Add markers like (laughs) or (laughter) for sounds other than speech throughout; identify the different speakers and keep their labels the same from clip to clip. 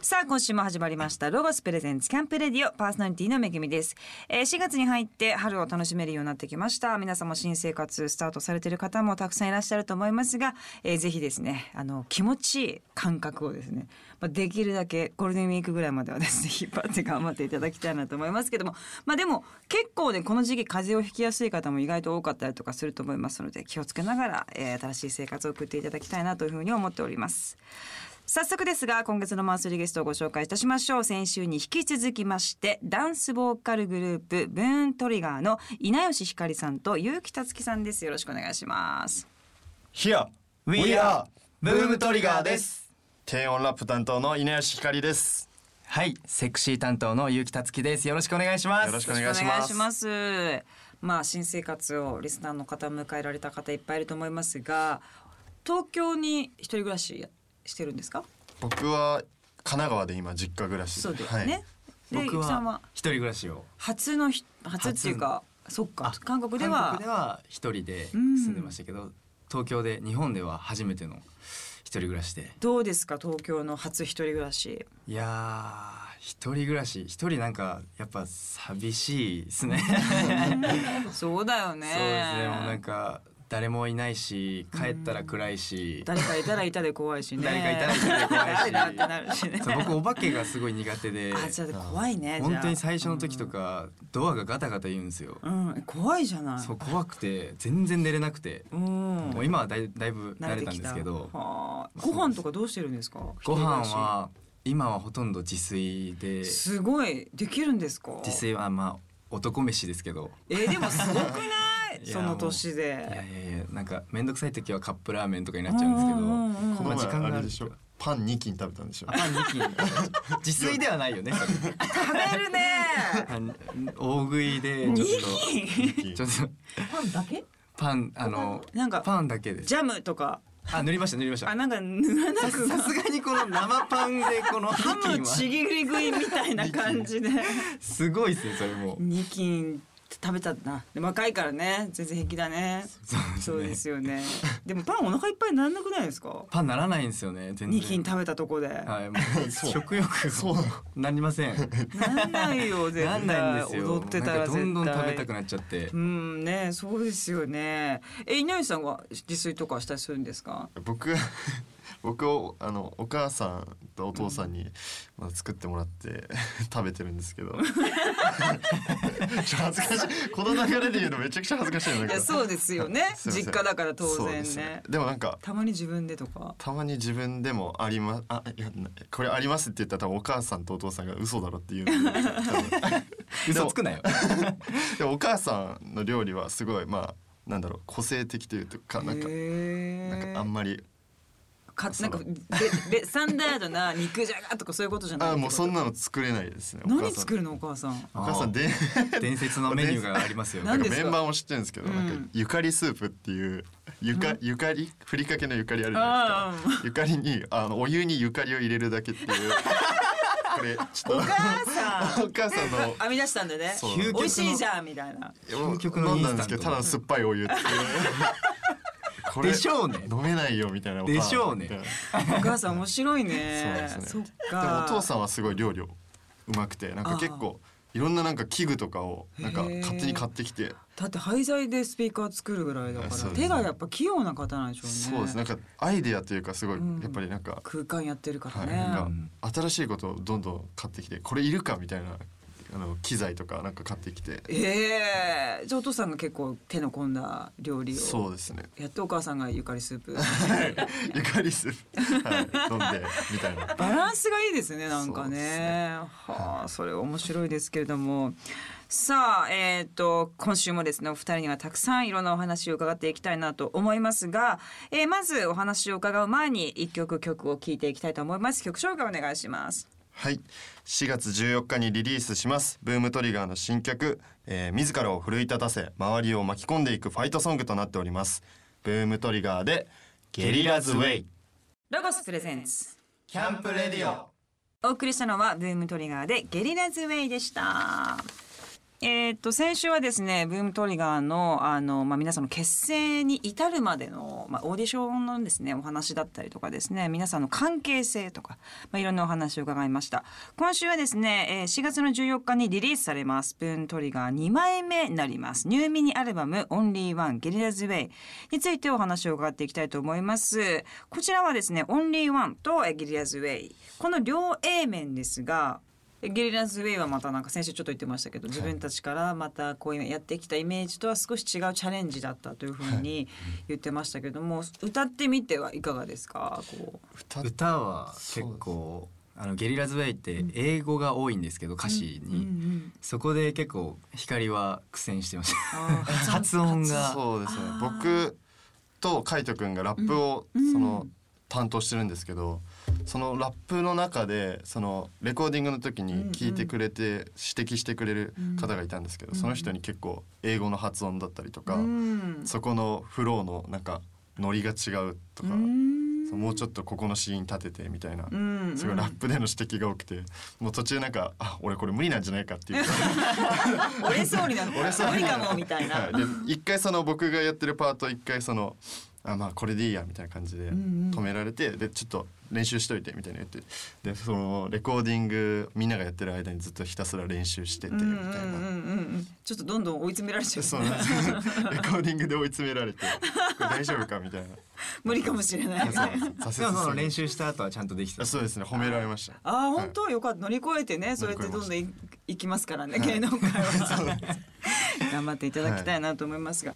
Speaker 1: さあ今週も始まりましたロゴスプレゼンツキャンプレディオパーソナリティのめぐみです、えー、4月に入って春を楽しめるようになってきました皆さんも新生活スタートされている方もたくさんいらっしゃると思いますが、えー、ぜひですねあの気持ちいい感覚をですね、まあ、できるだけゴールデンウィークぐらいまではですね (laughs) 引っ張って頑張っていただきたいなと思いますけどもまあでも結構ねこの時期風邪をひきやすい方も意外と多かったりとかすると思いますので気をつけながら、えー、新しい生活を送っていただきたいなというふうに思っております早速ですが今月のマンスリーゲストをご紹介いたしましょう先週に引き続きましてダンスボーカルグループブーントリガーの稲吉ひかりさんと結城たつきさんですよろしくお願いします
Speaker 2: Here
Speaker 3: We are ブームトリガーです
Speaker 2: 低音ラップ担当の稲吉ひかりです
Speaker 3: はいセクシー担当の結城たつきですよろしくお願いします
Speaker 2: よろしくお願いします
Speaker 1: お願いしますまあ新生活をリスナーの方迎えられた方いっぱいいると思いますが東京に一人暮らししてるんですか
Speaker 2: 僕は神奈川で今実家暮らし
Speaker 1: そうですね、
Speaker 2: はい
Speaker 1: で
Speaker 3: 僕
Speaker 1: ゆきさんは
Speaker 3: は一人暮らしを
Speaker 1: 初のひ初っていうかそっか
Speaker 3: あ
Speaker 1: 韓国では
Speaker 3: 韓国では一人で住んでましたけど、東京で日本では初めての一人暮らしで
Speaker 1: どうですか東京の初一人暮らし
Speaker 3: いやー一人暮らし一人なんかやっぱ寂しいですね
Speaker 1: そうだよね
Speaker 3: (laughs) そうですねもうなんか誰もいないし帰ったら暗いし、
Speaker 1: 誰かいたらいたで怖いしね
Speaker 3: 誰かいたらいたで怖い
Speaker 1: 誰
Speaker 3: し
Speaker 1: だってなるしね
Speaker 3: そう僕お化けがすごい苦手で
Speaker 1: あじゃあ怖いねじゃあ
Speaker 3: 本当に最初の時とかドアがガタガタ言うんですよ、
Speaker 1: うん怖いじゃない
Speaker 3: そう怖くて全然寝れなくて、
Speaker 1: うん
Speaker 3: もう今はだいだいぶ慣れたんですけど
Speaker 1: はあご飯とかどうしてるんですか
Speaker 3: ご飯は今はほとんど自炊
Speaker 1: 一人暮
Speaker 3: で
Speaker 1: らしすごいできるんですか
Speaker 3: 自炊はまあ男飯ですけど
Speaker 1: えーでもすごくない
Speaker 3: (laughs) いや
Speaker 1: その年
Speaker 3: いや
Speaker 1: で
Speaker 3: いやいやなんか面倒くさい時はカップラーメンとかになっちゃうんですけど、
Speaker 1: うんうんうん
Speaker 2: こ
Speaker 3: ま
Speaker 2: の
Speaker 3: あ時間
Speaker 2: 前
Speaker 3: が
Speaker 2: あれ
Speaker 3: あ
Speaker 2: で
Speaker 3: る時
Speaker 2: し
Speaker 3: は
Speaker 2: ょパン2斤食べたんでしょ
Speaker 3: パン2斤自炊ではないよねそれ
Speaker 1: 食べ
Speaker 3: (laughs)
Speaker 1: るね
Speaker 3: パン大食いでちょっとちょっと
Speaker 1: パンだけ
Speaker 3: パンあの
Speaker 1: なんか
Speaker 3: パンだけです
Speaker 1: ジャムとか
Speaker 3: あ塗りました塗りました
Speaker 1: あなんか塗らなく
Speaker 3: さすがにこの生パンでこの
Speaker 1: ハ
Speaker 3: 2斤
Speaker 1: ム
Speaker 3: は
Speaker 1: ちぎり食いみたいな感じで
Speaker 3: すごいですねそれも
Speaker 1: (laughs) 二斤食べたなでも若いからね全然平気だね
Speaker 3: そ
Speaker 1: そううで
Speaker 3: ですね
Speaker 1: すよねでもパンお腹いっぱいにならなくないですか
Speaker 3: パンならないんですよね全然
Speaker 1: 二斤食べたとこで、
Speaker 3: はいもう
Speaker 2: そう
Speaker 3: 食欲
Speaker 2: そう
Speaker 3: がなりません
Speaker 1: なんないよ絶
Speaker 3: な
Speaker 1: 対
Speaker 3: んないんですよ
Speaker 1: 踊ってた
Speaker 3: な
Speaker 1: ら
Speaker 3: ん
Speaker 1: 絶
Speaker 3: かど
Speaker 1: 対
Speaker 3: んどん食べたくなっちゃって
Speaker 1: うんねそうですよねえ稲吉さんは自炊とかしたりするんですか
Speaker 2: 僕 (laughs) 僕をあのお母さんとお父さんに、まあ、作ってもらって (laughs) 食べてる
Speaker 1: (laughs)
Speaker 2: んですけどちょ恥ずかしいこの流れで言うのめちゃくちゃ恥ずかしいんだ
Speaker 1: い
Speaker 2: け
Speaker 1: や
Speaker 2: ど
Speaker 1: そうですよね
Speaker 2: (laughs) すいません
Speaker 1: 実家だから当
Speaker 2: そう
Speaker 1: 然
Speaker 2: で
Speaker 1: ね
Speaker 2: すでもなんか
Speaker 1: たまに自分でとか
Speaker 2: たまに自分でもありますあいやなこれありますって言ったら多分お母さんとお父さんが (laughs) 嘘だろって言うんで多分
Speaker 3: 嘘つく
Speaker 1: (laughs)
Speaker 3: なよ
Speaker 2: でもお母さんの料理はすごいまあなんだろう個性的というかなんかなん
Speaker 1: へ
Speaker 2: かあん
Speaker 1: ま
Speaker 2: まり
Speaker 1: か
Speaker 2: そ
Speaker 1: なん
Speaker 2: う
Speaker 1: かででスタンダードな肉じゃがとかそういうことじゃない
Speaker 2: あもうそん
Speaker 1: な
Speaker 2: なの作れないですねお母
Speaker 1: 何
Speaker 2: さん
Speaker 1: 作るのお母さん
Speaker 2: お母さんで
Speaker 3: 伝説のメニューがありますよ
Speaker 1: な
Speaker 2: なんん
Speaker 1: で
Speaker 2: か
Speaker 1: すか
Speaker 2: メンバーも知ってるんですけ
Speaker 1: う
Speaker 2: ど、
Speaker 1: ん
Speaker 2: なんかゆかりスープっていうゆかゆかりふりかけのゆかりあるじゃ
Speaker 1: あ
Speaker 2: ないですかゆかりにあのお湯にゆかりを入れる
Speaker 1: (laughs)
Speaker 2: だけっていうこれちょ
Speaker 1: お
Speaker 2: っ
Speaker 1: 母さ
Speaker 2: と (laughs) お
Speaker 1: ん
Speaker 2: 母さんの
Speaker 1: 編み出したんだね
Speaker 2: そう
Speaker 3: 究極の
Speaker 1: 美味しいじゃんみたいな
Speaker 3: 究極の
Speaker 2: 飲
Speaker 3: イ
Speaker 2: ん
Speaker 3: ン
Speaker 2: だん
Speaker 3: ス
Speaker 2: で
Speaker 3: タント
Speaker 2: すけどただ酸っぱいお湯っていう (laughs) こ
Speaker 3: でしょうね
Speaker 2: 飲めないよみたいな
Speaker 3: でしょうね
Speaker 2: お母
Speaker 1: お母さん面白いね
Speaker 2: そうです
Speaker 1: そ
Speaker 2: ね
Speaker 1: っ
Speaker 2: さんでも
Speaker 1: か
Speaker 2: お父さんはすごい料理をうまくてなんか結構いろんななんか器具とかをなんか
Speaker 1: へー
Speaker 2: 勝手に買ってきて
Speaker 1: だって廃材でスピーカー作るぐらいだから、
Speaker 2: そうですね
Speaker 1: 手がやっぱ器用な方なんでしょうね
Speaker 2: そうですなんかアイデアというかすごい
Speaker 1: うん
Speaker 2: やっぱりなんか、
Speaker 1: 空間やってるから
Speaker 2: はい
Speaker 1: ね、
Speaker 2: なんか新しいことをどんどん買ってきてこれいるかみたいなあの機材とかなんか買ってきて
Speaker 1: ええじゃあお父さんが結構手の込んだ料理
Speaker 2: そ
Speaker 1: を
Speaker 2: うですね (laughs)
Speaker 1: やってお母さんがゆかりスープ
Speaker 2: ゆかりスープ、はい、飲んでみたいな
Speaker 1: バランスがいいですねなんか
Speaker 2: そう
Speaker 1: ね
Speaker 2: ですね
Speaker 1: はあそれ面白いですけれどもさあえっ、と今週もですねお二人にはたくさんいろんなお話を伺っていきたいなと思いますが、えーまずお話を伺う前に一曲曲を聴いていきたいと思います曲紹介お願いします
Speaker 2: はい4月14日にリリースしますブームトリガーの新曲、えー自らを奮い立たせ周りを巻き込んでいくファイトソングとなっておりますブームトリガーでゲリラズウェイ
Speaker 1: ロゴスプレゼンツ
Speaker 3: キャンプレディオ
Speaker 1: お送りしたのはブームトリガーでゲリラズウェイでしたえーっと先週はですねブームトリガーのあの、まあ、皆さんの結成に至るまでの、まあ、オーディションのですねお話だったりとかですね皆さんの関係性とか、まあ、いろんなお話を伺いました今週はですね、えー4月の14日にリリースされますブームトリガー2枚目になりますニューミニアルバム「オンリーワンゲリラズウェイについてお話を伺っていきたいと思いますこちらはですね「オンリーワンとえー「ゲリラズウェイこの両 A 面ですがゲリラズウェイはまたなんか先週ちょっと言ってましたけど自分たちからまたこういうやってきたイメージとは少し違うチャレンジだったというふうに言ってましたけども歌ってみてはいかがですかこ
Speaker 2: 歌っ
Speaker 3: 歌は結構あのゲリラズウェイって英語が多いんですけど歌詞
Speaker 1: う、うんう
Speaker 3: に
Speaker 1: ん、
Speaker 3: そこで結構光は苦戦してました
Speaker 1: あー
Speaker 3: 発音が
Speaker 2: そうですね
Speaker 1: あー
Speaker 2: 僕と海人くんがラップを
Speaker 1: うん
Speaker 2: その担当してるんですけどそのラップの中でそのレコーディングの時
Speaker 1: うんう
Speaker 2: に
Speaker 1: ん
Speaker 2: 聞いてくれて指摘してくれる方がいたんですけど
Speaker 1: うん
Speaker 2: その人に結構英語の発音だったりとか
Speaker 1: うん
Speaker 2: そこのフローのなんかノリが違うとか
Speaker 1: うん
Speaker 2: そのもうちょっとここのシーン立ててみたいな
Speaker 1: うんうん
Speaker 2: すごいラップでの指摘が多くてもう途中なんか「あ俺これ無理なんじゃないか」っていう
Speaker 1: 折れそうになって
Speaker 2: 俺そう
Speaker 1: 無理かもみたいな
Speaker 2: は。い (laughs) で一回その僕がやってるパートを一回そのあまあこれでいいやみたいな感じで
Speaker 1: うんうん
Speaker 2: 止められて、でちょっと練習しといてみたいな言ってでそのレコーディングみんながやってる間にずっとひたすら練習してて
Speaker 1: う
Speaker 2: み
Speaker 1: ん
Speaker 2: た
Speaker 1: う
Speaker 2: い
Speaker 1: んう
Speaker 2: な。
Speaker 1: んうんうんちょっとどんどん追い詰められちゃう、ね、
Speaker 2: そうなんですよ (laughs) レコーディングで追い詰められてこれ大丈夫かみたいな
Speaker 1: 無理かもしれない。
Speaker 2: そうなんです
Speaker 3: で
Speaker 2: 挫
Speaker 3: も
Speaker 2: 折
Speaker 3: そ
Speaker 2: す
Speaker 3: の
Speaker 2: る
Speaker 3: 練習した後はちゃんとできた
Speaker 2: あそうですね褒められました
Speaker 1: あー本当よかった乗り越えてねそれってどんどんいいきますからね芸能界
Speaker 2: (laughs)
Speaker 1: は頑張っていただきたいなと思いますが、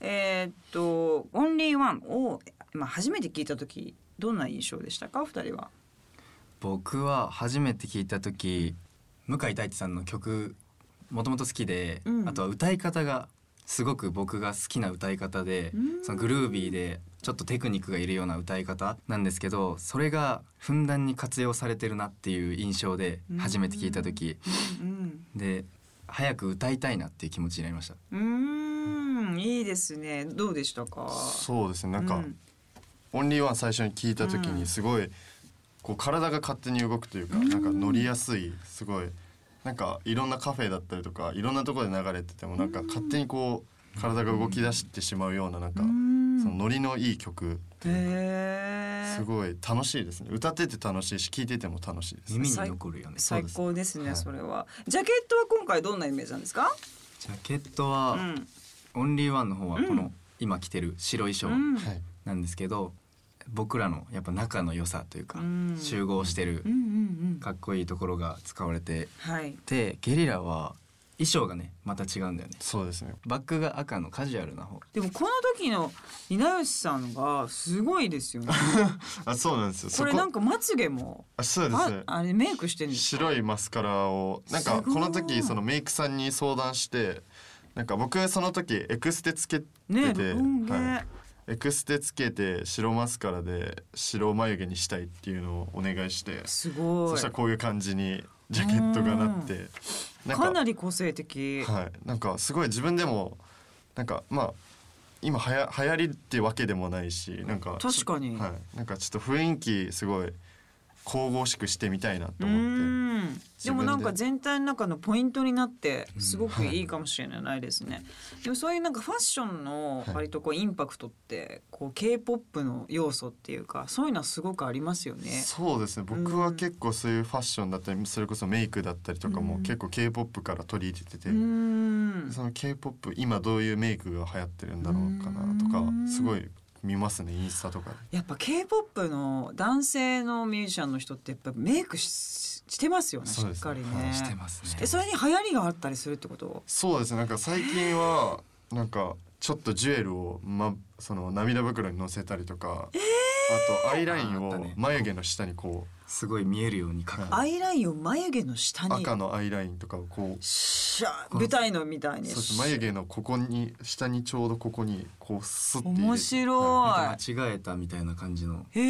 Speaker 1: えーっと「オンリーワンを、まあ、初めて聞いた時どんな印象でしたかお二人は。
Speaker 3: 僕は初めて聞いた時向井太一さんの曲もともと好きで、
Speaker 1: うん
Speaker 3: あとは歌い方がすごく僕が好きな歌い方で、
Speaker 1: うん
Speaker 3: そのグルービーでちょっとテクニックがいるような歌い方なんですけどそれがふんだんに活用されてるなっていう印象で
Speaker 1: うん
Speaker 3: 初めて聞いた時、
Speaker 1: うん
Speaker 3: で早く歌いたいなっていう気持ちになりました。
Speaker 1: うんうーんいいですねどうでしたか
Speaker 2: そうですねなんか、
Speaker 1: う
Speaker 2: オンリーワン最初に聞いた時
Speaker 1: う
Speaker 2: に
Speaker 1: ん
Speaker 2: すごいこう体が勝手に動くというかなんか乗りやすいすごいなんかいろんなカフェだったりとかいろんなところで流れててもなんか勝手にこう体が動き出してしまうようななんか
Speaker 1: うん
Speaker 2: そのノリのいい曲っていうか
Speaker 1: へー
Speaker 2: すごい楽しいですね歌ってて楽しいし聴いてても楽しいです
Speaker 3: 耳に残るよね。
Speaker 1: 最
Speaker 3: そう
Speaker 1: 高ですね、
Speaker 2: はい
Speaker 1: それはジャケットは今回どんなイメージなんですか、
Speaker 3: ですジャケット
Speaker 1: う
Speaker 3: は、
Speaker 1: ん
Speaker 3: オンリーワンの方はこの、
Speaker 1: うん
Speaker 3: 今着てる白衣装、
Speaker 1: うん
Speaker 2: はい
Speaker 3: なんですけど僕らのやっぱ仲の良さというか、
Speaker 1: うん
Speaker 3: 集合してる
Speaker 1: うんうんうん
Speaker 3: かっこいいところが使われて
Speaker 1: はい
Speaker 3: てゲリラは衣装がねまた違うんだよね
Speaker 2: そうですね
Speaker 3: バックが赤のカジュアルな方
Speaker 1: でもこの時の稲吉さんがすごいですよね。
Speaker 2: あそうなんですよ
Speaker 1: こ
Speaker 2: (laughs) そ
Speaker 1: れなん
Speaker 2: こ
Speaker 1: かまつげも
Speaker 2: あそうです
Speaker 1: あ
Speaker 2: ね
Speaker 1: あれメイクしてるんですか。
Speaker 2: 白いマスカラをなんか
Speaker 1: すごい
Speaker 2: この時そのメイクさんに相談してなんか僕その時エクステつけてて、
Speaker 1: ねロン毛、
Speaker 2: はいエクステつけて白マスカラで白眉毛にしたいっていうのをお願いして
Speaker 1: すご
Speaker 2: そ
Speaker 1: い
Speaker 2: したらこういう感じにジャケットがなってなん
Speaker 1: かなり個性的。
Speaker 2: はい、なんかすごい自分でもなんかまあ今はや流行りってわけでもないしなんか
Speaker 1: 確かに
Speaker 2: はい、なんかちょっと雰囲気すごい神々しくしてみたいなと
Speaker 1: う
Speaker 2: 思って
Speaker 1: んでもなんか
Speaker 2: 自
Speaker 1: 全体の中のポイントになってすごくいいかもしれないですね。でもそういうなんかファッションの
Speaker 2: はい
Speaker 1: 割とこうインパクトってこう K-POP の要素っていうかそういうのはすごくありますよね。
Speaker 2: そうですね僕は結構そういうファッションだったりそれこそメイクだったりとかも
Speaker 1: うん
Speaker 2: 結構 k p o p から取り入れてて、
Speaker 1: うん
Speaker 2: その k p o p 今どういうメイクが流行ってるんだろうかなとか
Speaker 1: うん
Speaker 2: すごい見ますねインスタとかで。
Speaker 1: やっぱ K-POP の男性のミュージシャンの人ってやっぱメイクししてますよねし
Speaker 2: そう
Speaker 1: っ
Speaker 2: です
Speaker 1: か
Speaker 2: ね
Speaker 1: りね。
Speaker 2: はい
Speaker 3: してますね
Speaker 1: えそれに流行りがあったりするってこと
Speaker 2: そうですねなんか最近はなんかちょっとジュエルを、ま、その涙袋に乗せたりとか、あとアイライン
Speaker 3: ああった
Speaker 2: を
Speaker 3: ね
Speaker 2: 眉毛の下にこ
Speaker 3: すごい見えるように描く、
Speaker 1: アイラインを眉毛の下
Speaker 2: う
Speaker 1: に
Speaker 2: 赤のアイラインとかをこう
Speaker 1: シャー舞台のみたいに
Speaker 2: そして眉毛のここに下にちょうどここにこうスッて入れて
Speaker 1: 面白い、
Speaker 3: なんか間違えたみたいな感じの
Speaker 1: へ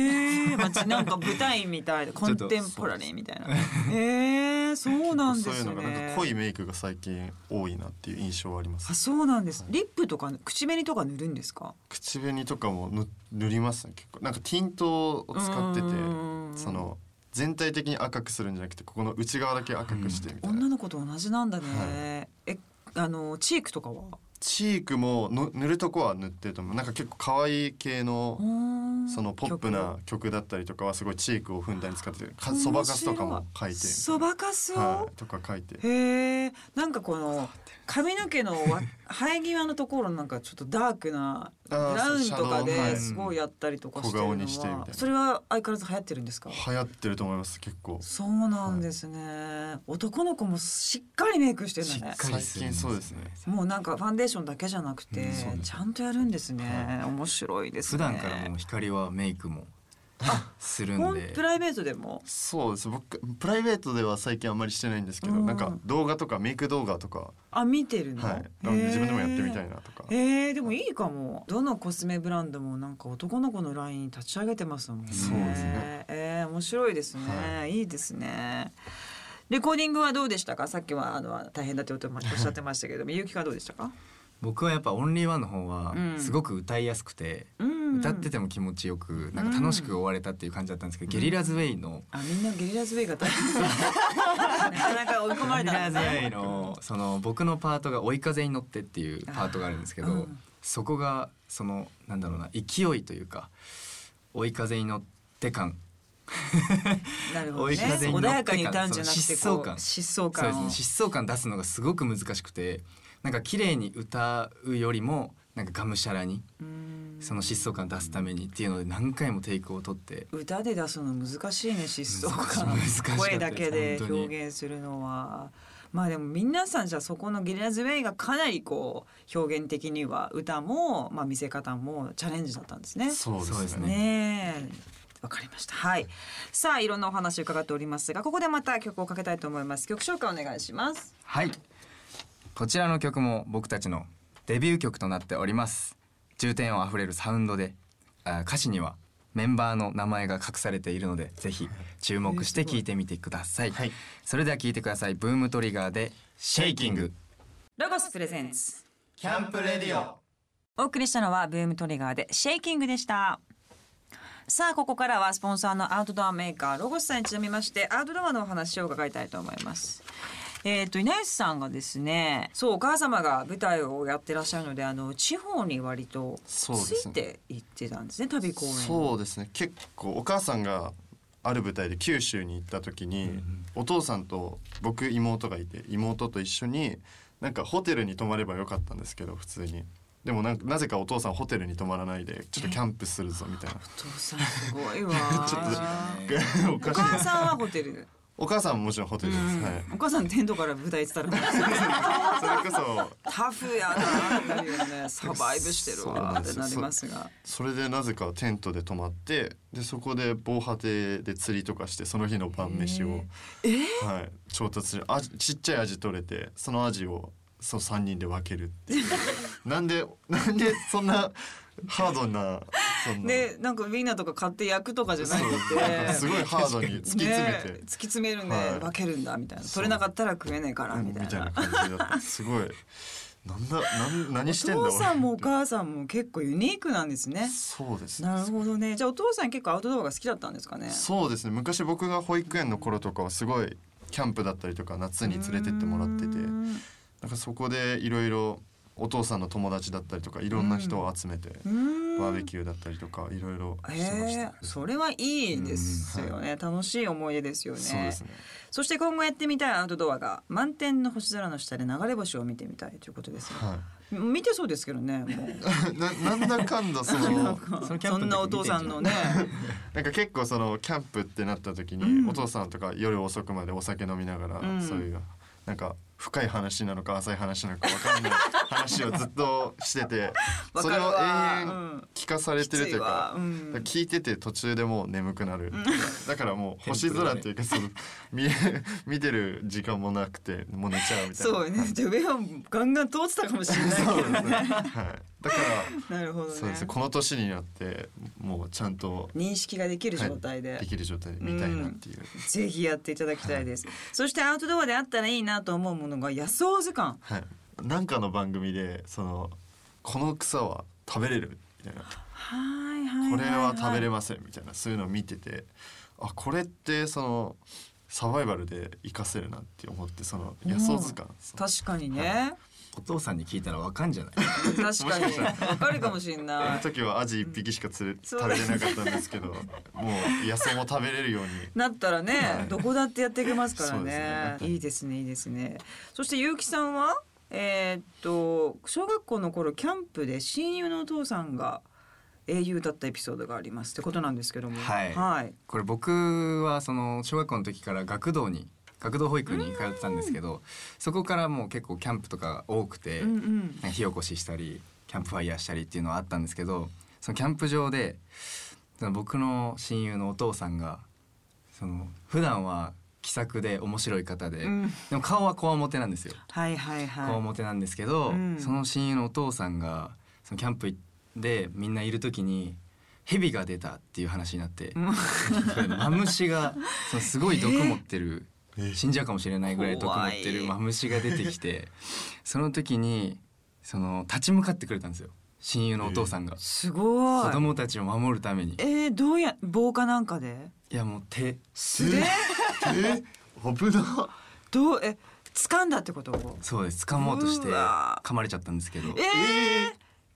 Speaker 1: え、まあ、なんか舞台みたい
Speaker 2: (laughs)
Speaker 1: でコンテンポラリーみたいなへえそうなんです
Speaker 2: そういう
Speaker 1: ね
Speaker 2: のがなんか濃いメイクが最近多いなっていう印象はありま
Speaker 1: あ
Speaker 2: す
Speaker 1: そうなんですリップとか口紅とか塗るんですか
Speaker 2: 口紅とかも塗塗りますね結構なんかティントを使ってて
Speaker 1: うん
Speaker 2: その全体的に赤くするんじゃなくてここの内側だけ赤くしてみたいな、
Speaker 1: 女の子と同じなんだね。え、あのチークとかは。
Speaker 2: チークもの塗るとこは塗ってると思うなんか結構可愛い系のそのポップな曲だったりとかはすごいチークをふんだんに使っててかそばかすとかも書いて
Speaker 1: そばかすを。
Speaker 2: はい、とか書いて
Speaker 1: へえ、なんかこの髪の毛のわ生え際のところなんかちょっとダークなブ
Speaker 2: あー
Speaker 1: ラウン
Speaker 2: そう
Speaker 1: とか
Speaker 2: シャドウのは
Speaker 1: で
Speaker 2: い
Speaker 1: すごいやったりとかして
Speaker 2: 小顔にして
Speaker 1: る
Speaker 2: み
Speaker 1: の
Speaker 2: たい
Speaker 1: は、
Speaker 2: な
Speaker 1: それは相変わらず流行ってるんですか。
Speaker 2: 流行ってると思います結構
Speaker 1: そうなんですね。男の子もしっかりメイクしてるんだね
Speaker 2: し。っかりするんですね
Speaker 3: 最近そうですね
Speaker 1: もうなんかファンデーションだけじゃなくて、
Speaker 3: うんそうです
Speaker 1: ちゃんとやるんですね。面白いです
Speaker 3: 普
Speaker 1: ね。
Speaker 3: 段からもう光はメイクもするん
Speaker 1: ほん
Speaker 3: で
Speaker 1: プライベートでも。
Speaker 2: そうです僕プライベートでは最近あんまりしてないんですけど、
Speaker 1: うん
Speaker 2: なんか動画とかメイク動画とか、
Speaker 1: あ、見てるの。
Speaker 2: はい、なん
Speaker 1: へ
Speaker 2: で
Speaker 1: え
Speaker 2: 自分でもやってみたいなとか、
Speaker 1: えー、でもいいかもどのコスメブランドもなんか男の子のライン立ち上げてますもんね
Speaker 2: そうですね
Speaker 1: えー、面白いですね、、
Speaker 2: はい
Speaker 1: いですねレコーディングはどうでしたかさっきはあの大変だっておっしゃってましたけどもゆうきはどうでしたか
Speaker 3: 僕はやっぱオンリーワンの方は
Speaker 1: うん
Speaker 3: すごく歌いやすくて、
Speaker 1: うん
Speaker 3: 歌ってても気持ちよくなんか楽しく終われたっていう感じだったんですけど、ゲリラズウェイの
Speaker 1: あみんなゲリラズベイが大
Speaker 3: (laughs)
Speaker 1: 変なかなか追い込まれ
Speaker 3: ゲリ
Speaker 1: た
Speaker 3: ラ
Speaker 1: ん
Speaker 3: ズ
Speaker 1: だ
Speaker 3: ウ
Speaker 1: ね
Speaker 3: ェイのその僕のパートが追い風に乗ってっていうパートがあるんですけど、
Speaker 1: あーうん
Speaker 3: そこがそのなんだろうな勢いというか追い風に乗って感
Speaker 1: なるほど
Speaker 3: 追
Speaker 1: ね
Speaker 3: い風に乗って
Speaker 1: 穏やかに歌うんじゃなくて
Speaker 3: その疾走
Speaker 1: こう
Speaker 3: 感
Speaker 1: 疾走
Speaker 3: そうで
Speaker 1: 感
Speaker 3: すね
Speaker 1: を
Speaker 3: 疾走感出すのがすごく難しくてなんか綺麗に歌うよりもなんかがむしゃらに
Speaker 1: うん
Speaker 3: その疾走感出すためにっていうので何回もテイクを取って
Speaker 1: 歌で出すの難しいね疾走感
Speaker 3: 難しい難しかったです
Speaker 1: 声だけで
Speaker 3: 本当に
Speaker 1: 表現するのはまあでも皆さんじゃあそこのゲリラズウェイがかなりこう表現的には歌も、まあ、見せ方もチャレンジだったんですね。
Speaker 2: そうですね
Speaker 3: そうですね
Speaker 1: ねえわかりましたはいさあいろんなお話伺っておりますがここでまた曲をかけたいと思います曲紹介お願いします
Speaker 3: はいこちらの曲も僕たちのデビュー曲となっております重点をあふれるサウンドであ歌詞にはメンバーの名前が隠されているのでぜひ注目して聴いてみてください、
Speaker 2: はい
Speaker 3: それでは聴いてくださいブームトリガーでシェイキング
Speaker 1: ロゴスプレゼンツ
Speaker 2: キャンプレディオ
Speaker 1: お送りしたのはブームトリガーでシェイキングでしたさあここからはスポンサーのアウトドアメーカーロゴスさんにちなみましてアウトドアのお話を伺いたいと思いますえっ、と稲石さんがですねそうお母様が舞台をやってらっしゃるのであの地方に割とつ
Speaker 2: そうです
Speaker 1: い
Speaker 2: ね
Speaker 1: て行ってたんですね旅公演
Speaker 2: そうですね結構お母さんがある舞台で九州に行った時に、お父さんと僕妹がいて妹と一緒になんかホテルに泊まればよかったんですけど普通にでもなんかなぜかお父さんホテルに泊まらないでちょっとキャンプするぞみたいな
Speaker 1: お父さんすごいわ
Speaker 2: (laughs) ちょっと
Speaker 1: ー
Speaker 2: (laughs) お
Speaker 1: お
Speaker 2: かしい
Speaker 1: 母さんはホテル、
Speaker 2: お母さんももちろんホテ
Speaker 1: う
Speaker 2: ルです、
Speaker 1: ん
Speaker 2: はい
Speaker 1: お母さんテントから舞台行ってたら
Speaker 2: それこそ
Speaker 1: タフやなってなるよねサバイブしてるわってなりますが
Speaker 2: それでなぜかテントで泊まってでそこで防波堤で釣りとかしてその日の晩飯を、はい、調達するあちっちゃいアジ取れてそのアジをそう3人で分けるっ
Speaker 1: (laughs)
Speaker 2: ていうなんでなんでそんなハードなそんな
Speaker 1: でなんかウィンナーとか買って焼くとかじゃな
Speaker 2: そう
Speaker 1: く
Speaker 2: なん
Speaker 1: て
Speaker 2: か (laughs) すごいハードに突き詰めて、
Speaker 1: ね突き詰めるんで
Speaker 2: はい
Speaker 1: 分けるんだみたいな
Speaker 2: そう
Speaker 1: 取れなかったら食えねえから
Speaker 2: うん
Speaker 1: み
Speaker 2: み
Speaker 1: た
Speaker 2: た
Speaker 1: い
Speaker 2: いな
Speaker 1: な。
Speaker 2: 感じだったすごいなんだなん何してんだ
Speaker 1: お父
Speaker 2: 俺
Speaker 1: さんもお母さんも結構ユニークなんですね。
Speaker 2: そうですね
Speaker 1: なるほどね。じゃあお父さん結構アウトドアが好きだったんですかね。
Speaker 2: そうですね昔僕が保育園の頃とかはすごいキャンプだったりとか夏に連れてってもらってて
Speaker 1: うん
Speaker 2: なんかそこでいろいろお父さんの友達だったりとかいろんな人を集めて
Speaker 1: うん
Speaker 2: バーベキューだったりとかいろいろしてまし
Speaker 1: え
Speaker 2: た、
Speaker 1: ー、それはいいですよね、楽しい思い出ですよね
Speaker 2: そうですね
Speaker 1: そして今後やってみたいアウトドアが満天の星空の下で流れ星を見てみたいということですよ、
Speaker 2: は
Speaker 1: 見てそうですけどねもう
Speaker 2: いななんだかん (laughs) だ
Speaker 1: (laughs)
Speaker 2: そ
Speaker 1: なん
Speaker 2: の
Speaker 1: か
Speaker 3: そのキャ
Speaker 1: そ
Speaker 3: ンプの時
Speaker 1: んなお父さんのね
Speaker 2: なんか結構そのキャンプってなった時にお父さんとか夜遅くまでお酒飲みながら
Speaker 1: うん
Speaker 2: そういうなんか深い話なのか浅い話なのかわかんない話をずっとしてて
Speaker 1: (laughs) わ
Speaker 2: そ
Speaker 1: か
Speaker 2: れ
Speaker 1: る
Speaker 2: を
Speaker 1: わ
Speaker 2: 永
Speaker 1: うん
Speaker 2: 遠聞かされてるとい
Speaker 1: きつい
Speaker 2: うか
Speaker 1: わうん
Speaker 2: だから聞いてて途中でもう眠くなるだからも
Speaker 1: (laughs)
Speaker 2: う星空というかその見え見てる時間もなくてもう寝ちゃうみたいな
Speaker 1: そうねじゃあ上をガンガン通ってたかもしれないけど
Speaker 2: そうですね、はい、だから
Speaker 1: なるほどね
Speaker 2: そうですねこの年になってもうちゃんと
Speaker 1: 認識ができる状態で、
Speaker 2: はいできる状態で見たいなっていう、
Speaker 1: ぜひやっていただきたいです、そしてアウトドアであったらいいなと思うものが野草図鑑
Speaker 2: はい、なんかの番組でそのこの草は食べれるみたいな
Speaker 1: はいはい
Speaker 2: これは食べれ
Speaker 1: ば
Speaker 2: ませんみたいなそういうのを見ててあこれってそのサバイバルで活かせるなって思ってその野草図鑑その
Speaker 1: 確かにね。
Speaker 3: お父さんに聞いたらわかんじゃない
Speaker 1: 確かに。わかるかもしん
Speaker 2: あ
Speaker 1: な
Speaker 2: の
Speaker 1: い。
Speaker 2: 時はアジ一匹しか釣れ
Speaker 1: そう
Speaker 2: 食べれなかったんですけ (laughs) どもう野草も食べれるように
Speaker 1: なったらね、どこだってやっていけますから
Speaker 2: そうです
Speaker 1: ね
Speaker 2: ね。
Speaker 1: いいですね、いいですね。そして結城さんは、えーっと小学校の頃キャンプで親友のお父さんが英雄だったエピソードがありますってことなんですけども、
Speaker 3: はい
Speaker 1: はい、
Speaker 3: (laughs) これ僕はその小学校の時から学童に学童保育に通ってたんですけどそこからもう結構キャンプとか多くて、
Speaker 1: うんうん、
Speaker 3: ね火起こししたりキャンプファイヤーしたりっていうのはあったんですけどそのキャンプ場でその僕の親友のお父さんがその普段は気さくで面白い方で、
Speaker 1: うん
Speaker 3: でも顔はこわもてなんですよ。
Speaker 1: はいはい
Speaker 3: こわ
Speaker 1: は
Speaker 3: もてなんですけど、
Speaker 1: うん
Speaker 3: その親友のお父さんがそのキャンプでみんないる時に蛇が出たっていう話になって、
Speaker 1: ん
Speaker 3: マムシがそのすごい毒持ってる、
Speaker 2: え
Speaker 3: 死んじゃうかもしれないぐらい毒持って
Speaker 1: 怖
Speaker 3: る
Speaker 1: い
Speaker 3: マムシが出てきて (laughs) その時にその立ち向かってくれたんですよ親友のお父さんが
Speaker 1: い。、すご
Speaker 3: 子
Speaker 1: い。
Speaker 3: 供たちを守るために
Speaker 1: えー、どうや防火なんかで？
Speaker 3: いやもう手
Speaker 1: 素手？
Speaker 2: え危な
Speaker 1: どうえ掴んだってこと？
Speaker 3: そうです掴もうとして
Speaker 1: うわ
Speaker 3: 噛まれちゃったんですけど
Speaker 1: えー、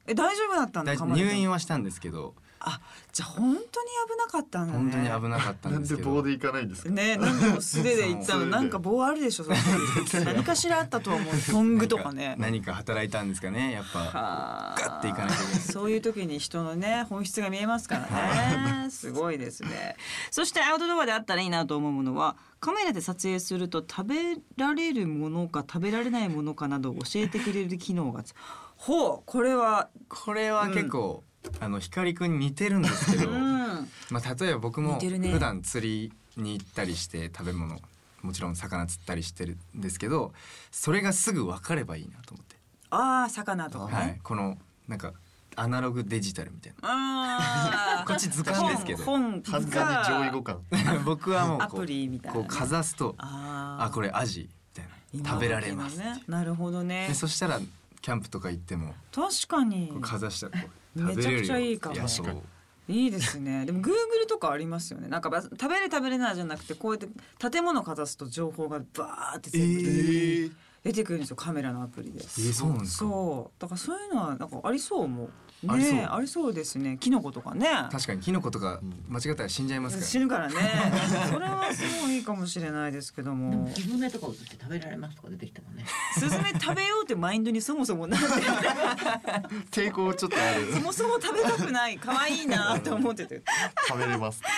Speaker 1: え大丈夫だったんだ。
Speaker 3: 大
Speaker 1: 噛まれても
Speaker 3: 入院はしたんですけど
Speaker 1: あじゃあ本当に危なかったんだね。
Speaker 3: 本当に危なかった
Speaker 2: なんん
Speaker 3: です
Speaker 2: で
Speaker 3: けど
Speaker 2: 棒でいかないんですか
Speaker 3: (laughs)
Speaker 1: ねなんでも素手で行った
Speaker 2: そう素手
Speaker 1: の
Speaker 2: で
Speaker 1: なんか棒あるでしょその
Speaker 3: (laughs)
Speaker 1: 何かしらあったとは思うトングとかね
Speaker 3: 何か働いたんですかねやっぱ
Speaker 1: ガ
Speaker 3: ガッていかないといけない
Speaker 1: そういう時に人のね本質が見えますからねすごいですねそしてアウトドアであったらいいなと思うものはカメラで撮影すると食べられるものか食べられないものかなどを教えてくれる機能がつほうこれは
Speaker 3: これは結構、あの光くんに似てるんですけど、
Speaker 1: (laughs) うん
Speaker 3: まあ例えば僕も
Speaker 1: 似てるね
Speaker 3: 普段釣りに行ったりして食べ物もちろん魚釣ったりしてるんですけどそれがすぐ分かればいいなと思って、
Speaker 1: ああ魚とかね、
Speaker 3: はい、このなんかアナログデジタルみたい
Speaker 1: あー
Speaker 3: (laughs) こっち図鑑ですけど
Speaker 1: 本本
Speaker 2: 完全に上位互換
Speaker 3: な (laughs) 僕はもう
Speaker 1: ア
Speaker 3: こ
Speaker 1: プリみた
Speaker 3: う
Speaker 1: いな
Speaker 3: こう
Speaker 1: ね、
Speaker 3: かざすと
Speaker 1: あー
Speaker 3: あこれアジみたいな食べられます、
Speaker 1: 今時のねなるほどね
Speaker 3: でそしたらキャンプとか行っても
Speaker 1: 確かに
Speaker 3: こうかざしたらこう
Speaker 1: め
Speaker 3: 食べ
Speaker 1: ちゃ
Speaker 3: れるよ
Speaker 1: くちゃいいかも
Speaker 3: 野草を
Speaker 1: いいですね
Speaker 3: (laughs)
Speaker 1: でも Google とかありますよねなんかば食べる食べれないじゃなくてこうやって建物かざすと情報がバーって全部出て,、
Speaker 2: えー
Speaker 1: 出てくるんですよカメラのアプリで
Speaker 3: えーそうなんですか
Speaker 1: そうだからそういうのはなんかありそうもう
Speaker 3: ありそう
Speaker 1: ねえありそうですねキノコとかね
Speaker 3: 確かにキノコとか
Speaker 2: うん
Speaker 3: 間違ったら死んじゃいますか
Speaker 1: 死ぬからね
Speaker 3: (laughs)
Speaker 1: それはすごいいいかもしれないですけども
Speaker 4: でもスズメとか映って食べられますとか出てきたもんね。
Speaker 1: スズメ食べようってマインドにそもそもなって
Speaker 2: 抵抗ちょっとある
Speaker 1: そもそも食べたくない可愛いなと思ってて
Speaker 2: 食べれます
Speaker 3: ら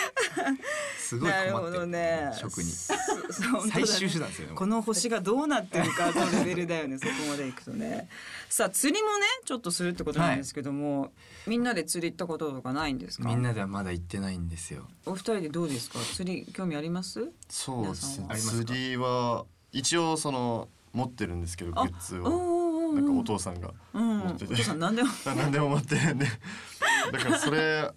Speaker 3: すごい困ってる
Speaker 1: なるほどね
Speaker 3: 食
Speaker 1: (laughs)
Speaker 3: に
Speaker 1: そそう本当だね
Speaker 3: 最終手段ですよね
Speaker 1: この星がどうなってるかのレベルだよね (laughs) そこまでいくとねさあ釣りもねちょっとするってことなんですけども、みんなで釣り行ったこととかないんですか
Speaker 3: みんなではまだ行ってないんですよ
Speaker 1: お二人でどうですか釣り興味あります
Speaker 2: そうですね
Speaker 3: 皆さんは
Speaker 2: 釣りは一応その持ってるんですけどグ
Speaker 1: あ
Speaker 2: ッズ
Speaker 1: おー
Speaker 2: を
Speaker 1: おーおー
Speaker 2: なんかお父さんが
Speaker 1: うん
Speaker 2: 持
Speaker 1: お
Speaker 2: ってて
Speaker 1: 父さん何でも
Speaker 2: あ何でも持って (laughs) るんでだからそれ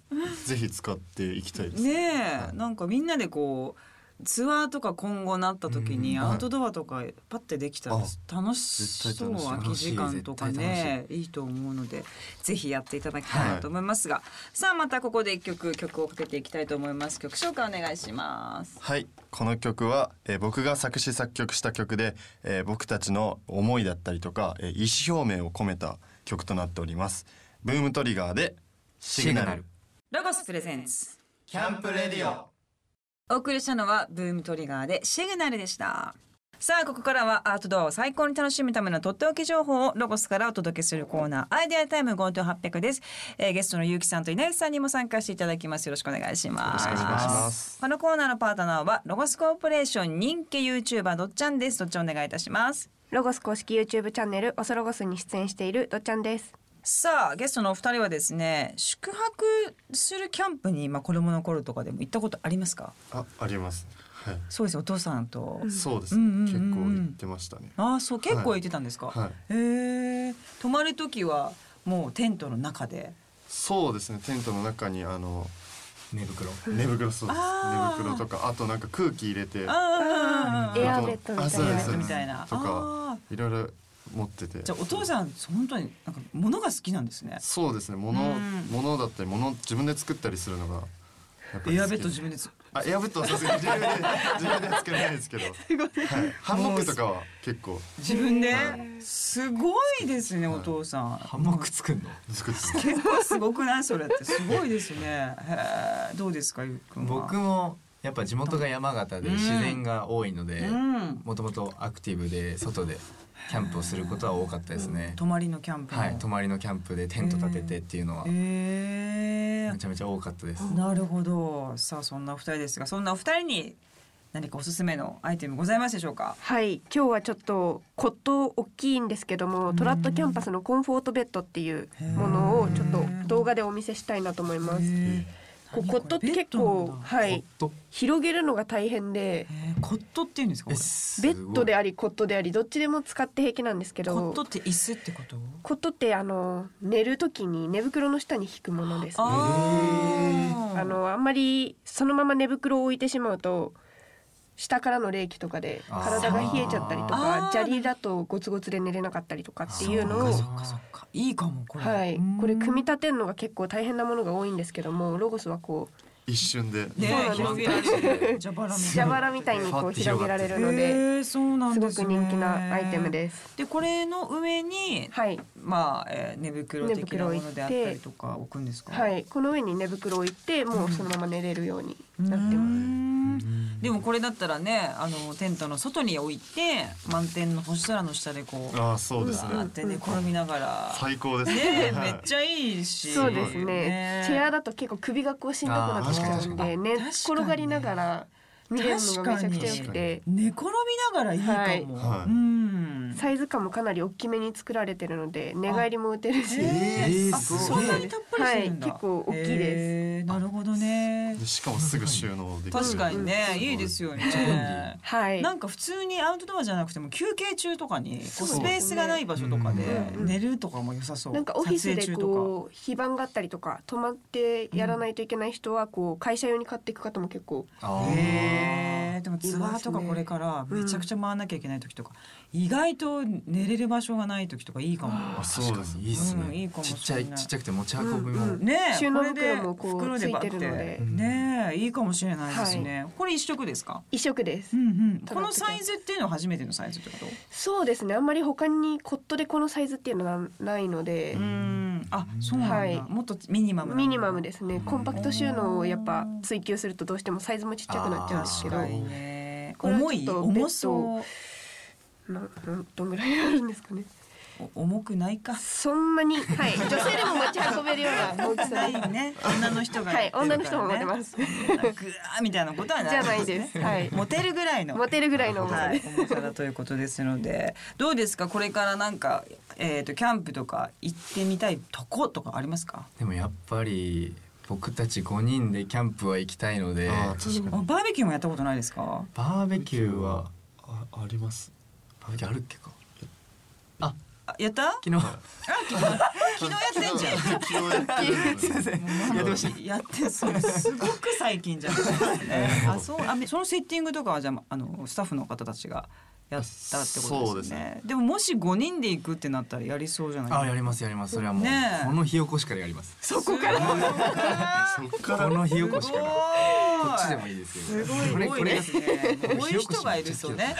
Speaker 2: ぜひ使っていきたいです
Speaker 1: ねえなんかみんなでこうツアーとか今後なった時に
Speaker 2: うんはい
Speaker 1: アウトドアとかパッてできたら楽しそう
Speaker 2: 絶対
Speaker 1: 空
Speaker 2: 楽
Speaker 1: き
Speaker 3: し
Speaker 1: 時
Speaker 3: い
Speaker 1: 間とかねいいと思うのでぜひやっていただきたいなと思いますが、さあまたここで一曲曲をかけていきたいと思います曲紹介お願いします
Speaker 2: はいこの曲は、えー僕が作詞作曲した曲で、えー僕たちの思いだったりとか、えー意思表明を込めた曲となっておりますブームトリガーでシグナル
Speaker 1: ロゴスプレゼンツ
Speaker 3: キャンプレディオ
Speaker 1: お送りしたのはブームトリガーでシグナルでしたさあここからはアウトドアを最高に楽しむためのとっておき情報をロゴスからお届けするコーナーアイデアタイム GoTo800 です、えーゲストのゆうきさんと稲内さんにも参加していただきますよろしくお願いします
Speaker 2: よろしくお願いします
Speaker 1: このコーナーのパートナーはロゴスコーポレーション人気 YouTuber どっちゃんですどっちゃんお願いいたします
Speaker 5: ロゴス公式 YouTube チャンネル「おそロゴス」に出演しているどっちゃんです
Speaker 1: さあゲストのお二人はですね宿泊するキャンプにまあ子供の頃とかでも行ったことありますか
Speaker 2: あありますはい
Speaker 1: そうですお父さんと、
Speaker 2: そうですね、
Speaker 1: うんうんうんう
Speaker 2: 結
Speaker 1: ん
Speaker 2: 構言ってましたね
Speaker 1: ああそう結構行ってたんですか、
Speaker 2: はい
Speaker 1: へえ泊まる時はもうテントの中で
Speaker 2: そうですねテントの中にあの
Speaker 3: 寝袋
Speaker 2: 寝袋そうです
Speaker 1: あー
Speaker 2: 寝袋とかあとなんか空気入れて
Speaker 1: ああ
Speaker 5: エアーベッドみたいな
Speaker 2: あそうです
Speaker 1: エアベッドみたいな
Speaker 2: と
Speaker 1: あ
Speaker 2: かいろいろ持ってて
Speaker 1: じゃあお父さん本当になんか物が好きなんですね
Speaker 2: そうですね
Speaker 1: う
Speaker 2: 物
Speaker 1: ん
Speaker 2: 物だったり物自分で作ったりするのがやっぱり
Speaker 1: エ
Speaker 2: 好
Speaker 1: ア
Speaker 2: き
Speaker 1: ベッド自分でつ
Speaker 2: あエアブットはさ
Speaker 1: (laughs)
Speaker 2: すがに自分で自分では作れないですけど、はい、ハンモックとかは結構
Speaker 1: 自分で、すごいですね、お父さん。
Speaker 3: ハンモック作んの
Speaker 2: 作ってます
Speaker 1: 結構すごくないそれってすごいですね。へーどうですかゆうくんは。
Speaker 3: 僕もやっぱ地元が山形で自然が多いので
Speaker 1: うん
Speaker 3: もともとアクティブで外でキャンプをすることは多かったですね
Speaker 1: 泊まりのキャンプの。
Speaker 3: はい泊まりのキャンプでテント立ててっていうのは
Speaker 1: え
Speaker 3: めちゃめちゃ多かったです
Speaker 1: ー、なるほど。さあそんなお二人ですが、そんなお二人に何かおすすめのアイテムございますでしょうか。
Speaker 5: はい今日はちょっとコット大きいんですけどもトラットキャンパスのコンフォートベッドっていうものをちょっと動画でお見せしたいなと思いま
Speaker 1: へ
Speaker 5: す。
Speaker 1: ー
Speaker 5: こう
Speaker 1: 何
Speaker 5: コットって結
Speaker 1: ベッド
Speaker 5: 構
Speaker 1: なんだ
Speaker 5: はい
Speaker 3: コット
Speaker 5: 広げるのが大変で
Speaker 1: えーコットっていうんですか。これ
Speaker 5: ベッドで
Speaker 3: あ
Speaker 5: ありコットでありどっちでも使って平気なんですけど
Speaker 1: コットって椅子ってこと？
Speaker 5: コットってあの寝る時に寝袋の下に引くものですね。
Speaker 1: あー
Speaker 5: あのあんまりそのまま寝袋を置いてしまうと下からの冷気とかで
Speaker 3: あー
Speaker 5: 体が冷えちゃったりとか
Speaker 1: あー
Speaker 5: 砂利だとゴツゴツで寝れなかったりとかっていうの
Speaker 1: そっかそ
Speaker 5: を
Speaker 1: っかそっかいいかもこれ。
Speaker 5: はい
Speaker 1: うん
Speaker 5: これ組み立てるのが結構大変なものが多いんですけどもロゴスはこう
Speaker 2: 一瞬で
Speaker 1: ね
Speaker 5: そうなん
Speaker 1: 広
Speaker 5: です
Speaker 1: げら
Speaker 5: (laughs)
Speaker 1: れる蛇腹みたいな
Speaker 5: 蛇腹みたいにこう広げられるの
Speaker 1: へ
Speaker 5: で
Speaker 1: ーそうなん
Speaker 5: す
Speaker 1: で
Speaker 5: ご
Speaker 1: す
Speaker 5: く
Speaker 1: ね
Speaker 5: 人気なアイテムです。
Speaker 1: でこれの上に、
Speaker 5: はい
Speaker 1: まあ、えー、寝袋的なものであったりとか置くんですか。。
Speaker 5: はいい、この上に寝袋を置いてもうそのまま寝れるようになってます。
Speaker 1: でもこれだったらねあのテントの外に置いて満天の星空の下でこう
Speaker 2: ああそうです
Speaker 1: あっ
Speaker 2: ね
Speaker 1: て寝転びながら。
Speaker 2: 最高です
Speaker 1: ねえ
Speaker 2: は
Speaker 1: め
Speaker 2: い
Speaker 1: っちゃいいし。
Speaker 5: そうですねチェアだと結構首がこうしんどくなってきちゃうん
Speaker 3: あ
Speaker 5: で寝っ
Speaker 1: 確かに
Speaker 5: 転がりながら見れるのがめちゃくちゃ良くて
Speaker 1: 寝転びながらいいかも。
Speaker 2: はいは
Speaker 1: う
Speaker 2: い
Speaker 1: ん。
Speaker 5: サイズ感もかなり大きめに作られてるので寝返りも打てるし、
Speaker 1: え
Speaker 3: えー
Speaker 1: あ
Speaker 3: すごい
Speaker 1: そんなにたっぷりするんだ。
Speaker 5: はい結構大きいです
Speaker 1: す。なるほどね
Speaker 2: で。しかもすぐ収納できる
Speaker 1: 確かにね、いいですよね。
Speaker 5: はい
Speaker 1: なんか普通にアウトドアじゃなくても休憩中とかにこうス
Speaker 5: そうですね
Speaker 1: ペースがない場所とかで
Speaker 5: うんうん
Speaker 1: 寝るとかも良さそう。
Speaker 5: なんかオフィス
Speaker 1: 撮影
Speaker 5: で
Speaker 1: 中と
Speaker 5: こう非番があったりとか泊まってやらないといけない人はこう会社用に買っていく方も結構
Speaker 1: か。
Speaker 3: あ
Speaker 1: へえ。でもツア
Speaker 5: いま
Speaker 1: ー
Speaker 5: す
Speaker 1: と
Speaker 5: ね
Speaker 1: かこれからめちゃくちゃ回んなきゃいけない時とか、意外と寝れる場所がない時とかいいかも。
Speaker 2: あそうです
Speaker 3: いいですね、
Speaker 1: うんいいかもし
Speaker 3: ち
Speaker 1: れ
Speaker 3: っ
Speaker 1: ない
Speaker 3: ちゃいちっちゃくて持ち運び
Speaker 5: う
Speaker 3: も
Speaker 5: んうん
Speaker 1: ねえ
Speaker 5: 収納袋も
Speaker 1: これで
Speaker 5: こう
Speaker 1: 袋でバッ
Speaker 5: ついてるので
Speaker 1: てねえいいかもしれないですね。これ一色ですか。
Speaker 5: 異色です、
Speaker 1: このサイズっていうのは初めてのサイズってこと。
Speaker 5: そうですねあんまり他にコットでこのサイズっていうのはないので、
Speaker 1: うん、あ、そうなんだ。
Speaker 5: はい
Speaker 1: もっとミニマムなんだ。
Speaker 5: ミニマムですねコンパクト収納をやっぱ追求するとどうしてもサイズもちっちゃくなっちゃうんですけ
Speaker 1: 確
Speaker 5: ど
Speaker 1: かにね。
Speaker 5: これは
Speaker 1: 重い、
Speaker 5: ちょっと
Speaker 1: 重そう。
Speaker 5: ななんどんぐらいあるんですかね
Speaker 1: お重くないか。
Speaker 5: そんなに、 (laughs) はい、女性でも持ち運べるような大き
Speaker 1: な
Speaker 5: さ
Speaker 1: い
Speaker 5: で (laughs)
Speaker 1: ね。女の人が
Speaker 5: は
Speaker 1: や
Speaker 5: い
Speaker 1: ってるからね。。
Speaker 5: 女の人も持てますす
Speaker 1: グワーみたいなことはない。
Speaker 5: じゃないですはい
Speaker 1: モテるぐらいの。
Speaker 5: 持てるぐらいの大きさ
Speaker 1: は
Speaker 5: で
Speaker 1: い
Speaker 5: す、、
Speaker 1: 重さだということですので、どうですか、これからなんか、えっ、と、キャンプとか行ってみたいとことかありますか。
Speaker 3: でもやっぱり僕たち5人でキャンプは行きたいので
Speaker 2: あー確か
Speaker 1: あバーベキューもやったことないですか。
Speaker 3: バーベキューは
Speaker 2: ああります
Speaker 3: バーベキューあるっけか
Speaker 1: あやった。
Speaker 3: 昨 (laughs) 日
Speaker 1: 昨日やってんじゃん。
Speaker 2: 昨
Speaker 1: (laughs)
Speaker 2: 日や
Speaker 1: やっ
Speaker 2: ってる
Speaker 1: てました。やってそれすごく最近じゃないですね。あそうあめそのセッティングとかはじゃああのスタッフの方たちがやったってこと
Speaker 2: そ
Speaker 1: で
Speaker 2: うですす
Speaker 1: ね。で
Speaker 2: ね
Speaker 1: ももし五人で行くってなったらやりそうじゃない
Speaker 3: あ
Speaker 1: です
Speaker 3: や
Speaker 1: か。
Speaker 3: りますやりますそれはもう、
Speaker 1: ねえ
Speaker 3: この日起こしからやります
Speaker 1: そこから
Speaker 2: そっ
Speaker 3: こ
Speaker 2: から
Speaker 3: の
Speaker 1: す
Speaker 3: 日起
Speaker 1: ごい
Speaker 3: こしからこっちでもいいです
Speaker 1: す
Speaker 3: よ
Speaker 1: ごい多いですね。多い人がいるとね。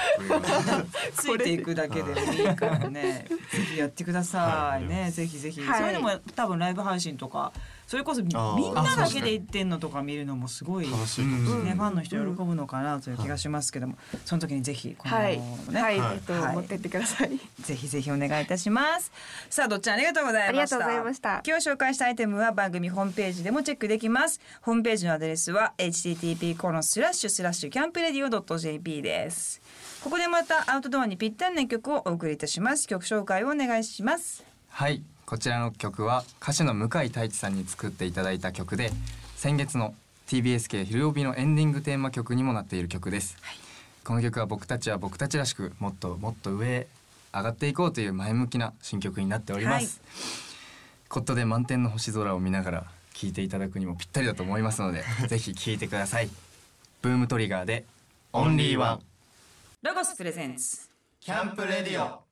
Speaker 1: ついていくだけでもいいから (laughs) ね。ぜひやってください
Speaker 2: は
Speaker 1: ね。ぜひぜひ。
Speaker 5: はい
Speaker 1: そういうのも多分ライブ配信とか、それこそみん
Speaker 2: あー
Speaker 1: なだけで行ってんのとか見るのもすごい。
Speaker 2: 楽しいかもしれない、
Speaker 1: ね、ファンの人喜ぶのかなという気がしますけども、その時にぜひこの
Speaker 5: はい、
Speaker 1: ね、
Speaker 5: はい、えっと、
Speaker 1: はい
Speaker 5: 持ってってください
Speaker 1: ぜひぜひお願いいたします。さあ、どっちゃんありがとうございました。
Speaker 5: ありがとうございました
Speaker 1: 今日紹介したアイテムは番組ホームページでもチェックできます。ホームページのアドレスは http コロンスラッシュスラッシュキャンプレディオドット jp です。ここでまたアウトドアにぴったりな曲をお送りいたします。曲紹介をお願いします。
Speaker 3: はいこちらの曲は歌手の向井太一さんに作っていただいた曲で先月の TBS 系昼帯のエンディングテーマ曲にもなっている曲です、この曲は僕たちは僕たちらしくもっともっと上へ上がっていこうという前向きな新曲になっております、コットで満天の星空を見ながら聴いていただくにもぴったりだと思いますのでぜひ聴いてくださいブームトリガーで
Speaker 2: オンリーワン
Speaker 1: ロゴスプレゼンツ。
Speaker 2: キャンプレディオ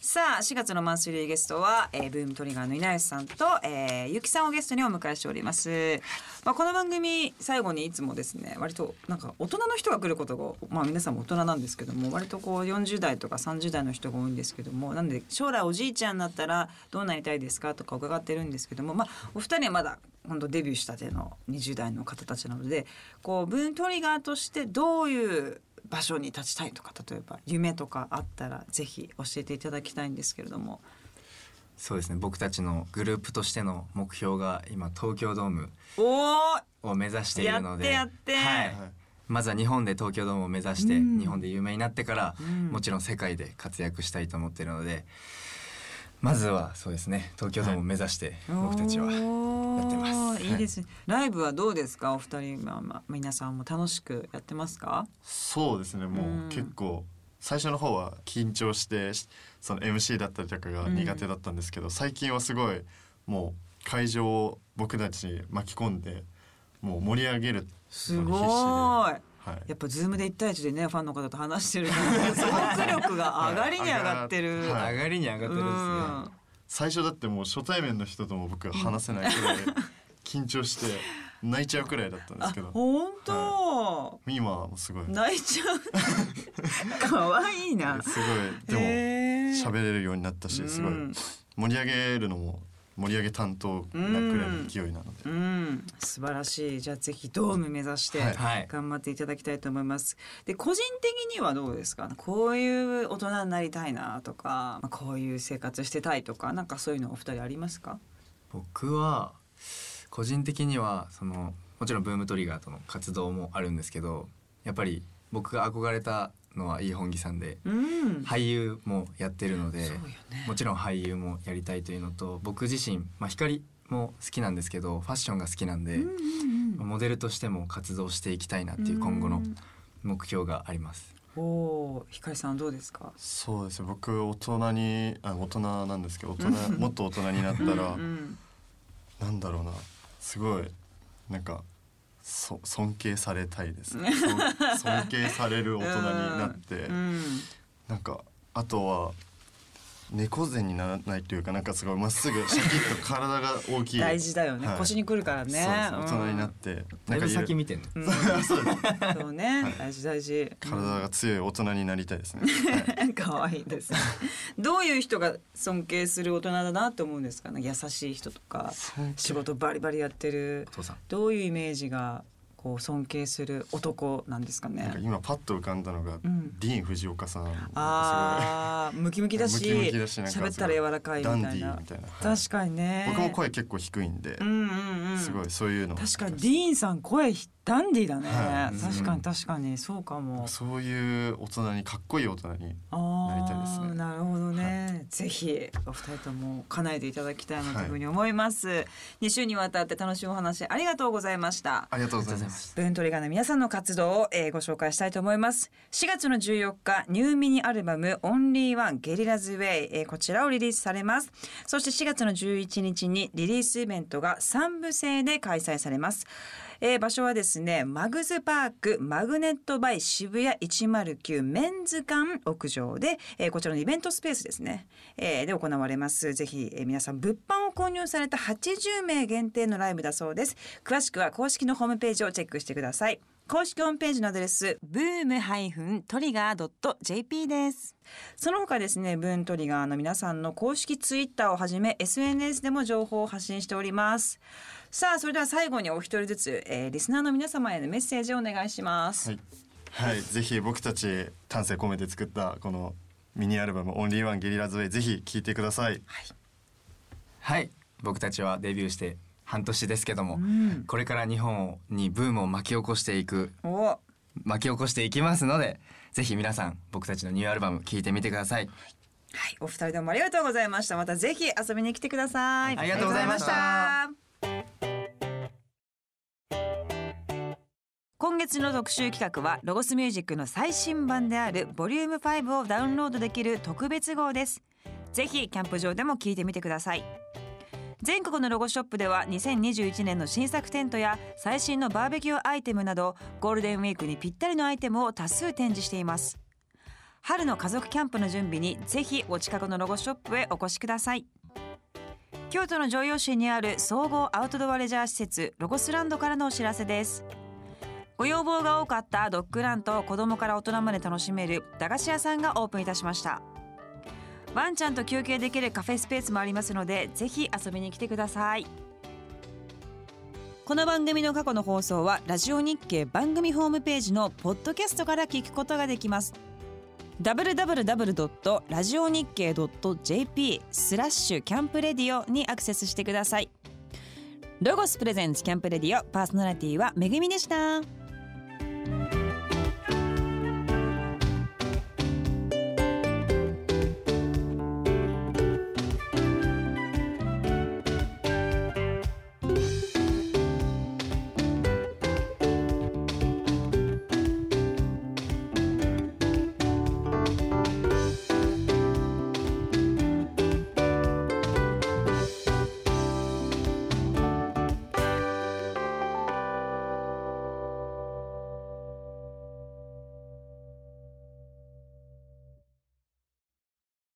Speaker 1: さあ4月のマンスリーゲストは、えーブームトリガーの稲吉さんと、えー、ゆきさんをゲストにお迎えしております、まあ、この番組最後にいつもですね割となんか大人の人が来ることが、まあ、皆さんも大人なんですけども割とこう40代とか30代の人が多いんですけどもなので将来おじいちゃんになったらどうなりたいですかとか伺ってるんですけども、まあ、お二人はまだ本当デビューしたての20代の方たちなのでこうブームトリガーとしてどういう場所に立ちたいとか例えば夢とかあったらぜひ教えていただきたいんですけれども
Speaker 3: そうですね僕たちのグループとしての目標が今東京ドーム
Speaker 1: おお
Speaker 3: を目指しているので
Speaker 1: やってやって
Speaker 3: はい
Speaker 2: はい
Speaker 3: まずは日本で東京ドームを目指して、
Speaker 1: うん
Speaker 3: 日本で有名になってから、
Speaker 1: ん
Speaker 3: もちろん世界で活躍したいと思っているのでまずはそうですね東京ドームを目指して僕たちは、
Speaker 1: や
Speaker 3: ってます
Speaker 1: いいですね、ライブはどうですかお二人まあまあ皆さんも楽しくやってますか
Speaker 2: そうですねも
Speaker 1: うん
Speaker 2: う結構最初の方は緊張してしその MC だったりとかが苦手だったんですけど、最近はすごいもう会場を僕たちに巻き込んでもう盛り上げる
Speaker 1: すご
Speaker 2: はい
Speaker 1: やっぱズームで一対一でねファンの方と話してるから即力が上がりに上がって
Speaker 3: (laughs)
Speaker 1: る、
Speaker 2: はい
Speaker 3: 上がりに上がってるんですね、
Speaker 1: うん
Speaker 2: い、最初だってもう初対面の人とも僕は話せないくらい緊張して泣いちゃうくらいだったんで
Speaker 1: あ
Speaker 2: すけど
Speaker 1: 本当、
Speaker 2: 今はもうすごい
Speaker 1: 泣いちゃう (laughs) 可愛いな
Speaker 2: すごいでも
Speaker 1: 喋
Speaker 2: 喋れるようになったしすごい盛り上げるのも盛り上げ担当なくらいの勢いなの
Speaker 1: う
Speaker 2: で。
Speaker 1: ん、素晴らしい。じゃあぜひドーム目指して
Speaker 2: はい
Speaker 3: はい
Speaker 1: 頑張っていただきたいと思います。で、個人的にはどうですか。こういう大人になりたいなとか、まあこういう生活してたいとか、なんかそういうのお二人ありますか。
Speaker 3: 僕は個人的にはそのもちろんブームトリガーとの活動もあるんですけどやっぱり僕が憧れたのはイ・ホンギさんで
Speaker 1: うん。
Speaker 3: 俳優もやってるので、
Speaker 1: そうよね。
Speaker 3: もちろん俳優もやりたいというのと僕自身、まあ、光も好きなんですけどファッションが好きなんで、
Speaker 1: うんうん
Speaker 3: モデルとしても活動していきたいなっていう今後の目標があります。
Speaker 1: うん。おお、ひかりさんどうですか。
Speaker 2: そうですね僕大人にあ大人なんですけど大人もっと大人になったら
Speaker 1: うん
Speaker 2: なんだろうなすごいなんかそ尊敬されたいですねそ尊敬される大人になって、
Speaker 1: うん。
Speaker 2: なんかあとは猫背にならないというかなんかすごいまっ
Speaker 1: (laughs)
Speaker 2: すぐシャキッと体が大きい
Speaker 1: 大事だよね。
Speaker 2: はい
Speaker 1: 腰にくるからね。
Speaker 2: そうです大人になって、
Speaker 3: だいぶ
Speaker 2: いろ (laughs)
Speaker 3: 先見てんの、
Speaker 1: うん。うんそうね、大事大事。
Speaker 2: 体が強い大人になりた
Speaker 1: (laughs)
Speaker 2: いですね、はい
Speaker 1: 可愛い
Speaker 2: (laughs)
Speaker 1: ですね。どういう人が尊敬する大人だなと思うんですかね。優しい人とか、仕事バリバリやってる
Speaker 3: お。父さん。
Speaker 1: どういうイメージがこう尊敬する男なんですか
Speaker 2: なんか
Speaker 1: ね。
Speaker 2: 今パッと浮かんだのが、
Speaker 1: ん
Speaker 2: ディーン・フジオカさん
Speaker 1: ああ、ムキムキだし、
Speaker 2: ムキムキだしなんか
Speaker 1: 喋ったら柔らかいみたい
Speaker 2: ダンディ
Speaker 1: な
Speaker 2: ーみたいなはい
Speaker 1: 確かにね。
Speaker 2: 僕も。声結構低いんで
Speaker 1: う、んうんうん。
Speaker 2: すごいそういうの
Speaker 1: 確かにディーンさん声ひダンディーだね。
Speaker 2: は
Speaker 1: 確かに確かにそうかも。
Speaker 2: そういう大人にかっこいい大人に
Speaker 1: あ
Speaker 2: なりたいですね
Speaker 1: ーなるほどね、ぜひお二人とも叶えていただきたいなと
Speaker 2: はい
Speaker 1: いうふうに思います、2週にわたって楽しいお話ありがとうございました
Speaker 2: ありがとうござい
Speaker 3: ありがとうございま
Speaker 2: ますす
Speaker 1: ブーントリガーの皆さんの活動を、えーご紹介したいと思います4月の14日ニューミニアルバム「オンリーワンゲリラズウェイ、えーこちらをリリースされますそして4月の11日にリリースイベントが3部制で開催されます、えー場所はですねマグズパークマグネットバイ渋谷109メンズ館屋上で、えーこちらのイベントスペースですね、えーで行われますぜひ、えー皆さん物販を購入された80名限定のライブだそうです詳しくは公式のホームページをチェックしてください公式ホームページのアドレス boom-trigger.jp ですその他ですねブーントリガーの皆さんの公式ツイッターをはじめ SNS でも情報を発信しておりますさあそれでは最後にお一人ずつ、えーリスナーの皆様へのメッセージをお願いします、
Speaker 2: はい、はい、ぜひ僕たち丹精込めて作ったこのミニアルバム「オンリーワンゲリラズウェイ」ぜひ聴いてください
Speaker 3: はい僕たちはデビューして半年ですけども、
Speaker 1: ん
Speaker 3: これから日本にブームを巻き起こしていく
Speaker 1: お
Speaker 3: 巻き起こしていきますのでぜひ皆さん僕たちのニューアルバム聴いてみてください
Speaker 1: はい、お二人ともありがとうございました。またぜひ遊びに来てください。
Speaker 3: ありがとうございました
Speaker 1: ありがとうございました。今月の特集企画はロゴスミュージックの最新版であるボリューム5をダウンロードできる特別号です。ぜひキャンプ場でも聞いてみてください。全国のロゴショップでは2021年の新作テントや最新のバーベキューアイテムなどゴールデンウィークにぴったりのアイテムを多数展示しています。春の家族キャンプの準備にぜひお近くのロゴショップへお越しください京都の城陽市にある総合アウトドアレジャー施設ロゴスランドからのお知らせですご要望が多かったドッグランと子供から大人まで楽しめる駄菓子屋さんがオープンいたしましたワンちゃんと休憩できるカフェスペースもありますのでぜひ遊びに来てくださいこの番組の過去の放送はラジオ日経番組ホームページのポッドキャストから聞くことができます www.radionickei.jp スラッシュキャンプレディオにアクセスしてくださいロゴスプレゼンツキャンプレディオパーソナリティはめぐみでした